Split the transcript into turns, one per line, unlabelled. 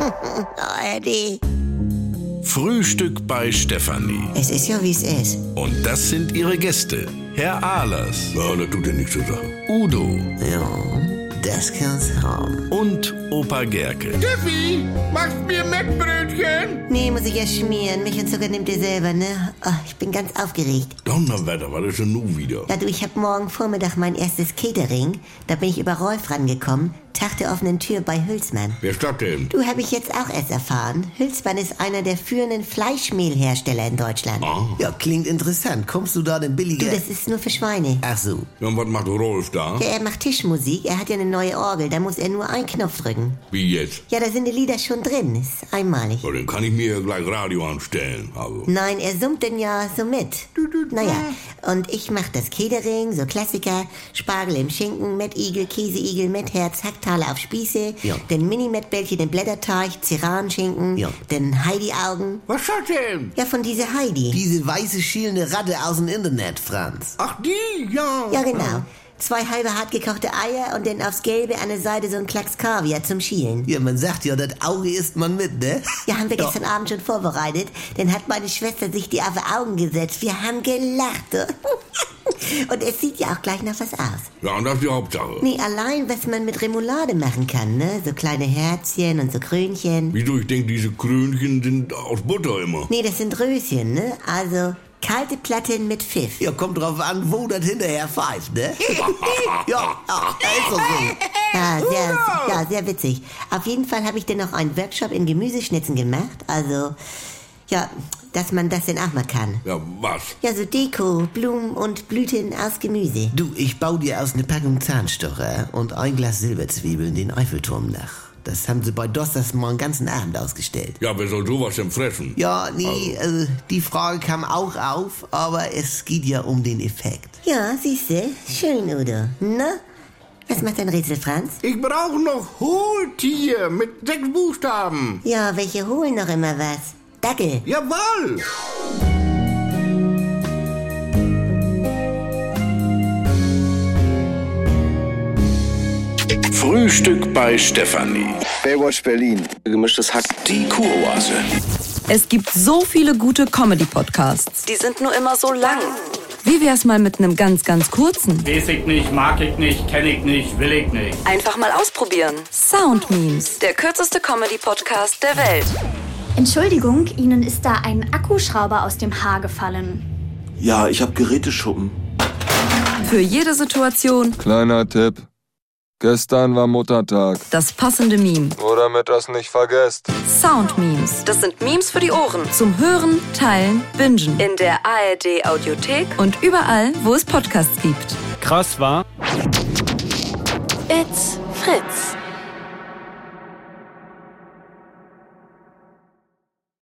Oh, Eddie.
Frühstück bei Stefanie.
Es ist ja, wie es ist.
Und das sind ihre Gäste. Herr Ahlers. Ja, das tut ja nichts zur Sache. Udo
Ja, das kann's haben.
und Opa Gerke.
Steffi, machst mir Mettbrötchen?
Nee, muss ich ja schmieren. Milch und Zucker nimmt ihr selber, ne? Oh, ich bin ganz aufgeregt.
Donnerwetter, was ist denn nun wieder?
Ja, du, ich hab morgen Vormittag mein erstes Catering. Da bin ich über Rolf rangekommen. Tag der offenen Tür bei Hülsmann.
Wer ist das denn?
Du, habe ich jetzt auch erst erfahren. Hülsmann ist einer der führenden Fleischmehlhersteller in Deutschland.
Ja, klingt interessant. Kommst du da denn
Du,
billiger?
das ist nur für Schweine.
Ach so.
Ja, Und was macht Rolf da?
Ja, er macht Tischmusik, er hat ja eine neue Orgel, da muss er nur einen Knopf drücken.
Wie jetzt?
Ja, da sind die Lieder schon drin, ist einmalig.
Ja, dann kann ich mir ja gleich Radio anstellen. Also.
Nein, er summt denn ja so mit. Naja, und ich mach das Catering, so Klassiker, Spargel im Schinken, Mettigel, Käseigel, Metherz, Hacktaler auf Spieße,
Ja.
dann Mini-Mettbällchen im Blätterteig, Ceranschinken,
Ja.
dann Heidi-Augen.
Was ist das denn?
Ja, von dieser Heidi.
Diese weiße schielende Ratte aus dem Internet, Franz.
Ach, die, ja.
Ja, genau. Zwei halbe hartgekochte Eier und dann aufs Gelbe an der Seite so ein Klacks Kaviar zum Schielen.
Ja, man sagt ja, das Auge isst man mit, ne?
Ja, haben wir gestern Abend schon vorbereitet. Dann hat meine Schwester sich die auf die Augen gesetzt. Wir haben gelacht. Und es sieht ja auch gleich noch was aus.
Ja, und das ist die Hauptsache.
Nee, allein, was man mit Remoulade machen kann, ne? So kleine Herzchen und so Krönchen.
Wieso? Ich denke, diese Krönchen sind aus Butter immer.
Nee, das sind Röschen, ne? Also, kalte Platten mit Pfiff.
Ja, kommt drauf an, wo das hinterher pfeift, ne? ja, ja, ist doch so.
Ja, sehr, ja, sehr witzig. Auf jeden Fall habe ich dann noch einen Workshop in Gemüseschnitzen gemacht. Also, ja, dass man das denn auch mal kann.
Ja, was?
Ja, so Deko, Blumen und Blüten aus Gemüse.
Du, ich baue dir aus einer Packung Zahnstocher und ein Glas Silberzwiebeln den Eiffelturm nach. Das haben sie bei Dosters mal den ganzen Abend ausgestellt.
Ja, wer soll sowas denn fressen?
Ja,
Oh.
nee, also, die Frage kam auch auf, aber es geht ja um den Effekt.
Ja, siehste, schön, Udo. Na, was macht dein Rätsel, Franz?
Ich brauche noch Hohltier mit sechs Buchstaben.
Ja, welche holen noch immer was? Dackel.
Jawohl!
Frühstück bei Stefanie.
Baywatch Berlin. Gemischtes Hack.
Die Kuroase.
Es gibt so viele gute Comedy-Podcasts.
Die sind nur immer so lang.
Wie wär's mal mit einem ganz, ganz kurzen?
Weiß ich nicht, mag ich nicht, kenne ich nicht, will ich nicht.
Einfach mal ausprobieren.
Sound-Memes.
Der kürzeste Comedy-Podcast der Welt.
Entschuldigung, Ihnen ist da ein Akkuschrauber aus dem Haar gefallen.
Ja, ich hab Geräteschuppen.
Für jede Situation
Kleiner Tipp. Gestern war Muttertag.
das passende Meme.
Nur damit das nicht vergesst.
Sound-Memes.
Das sind Memes für die Ohren.
Zum Hören, Teilen, Bingen.
In der ARD-Audiothek.
Und überall, wo es Podcasts gibt.
Krass war.
It's Fritz.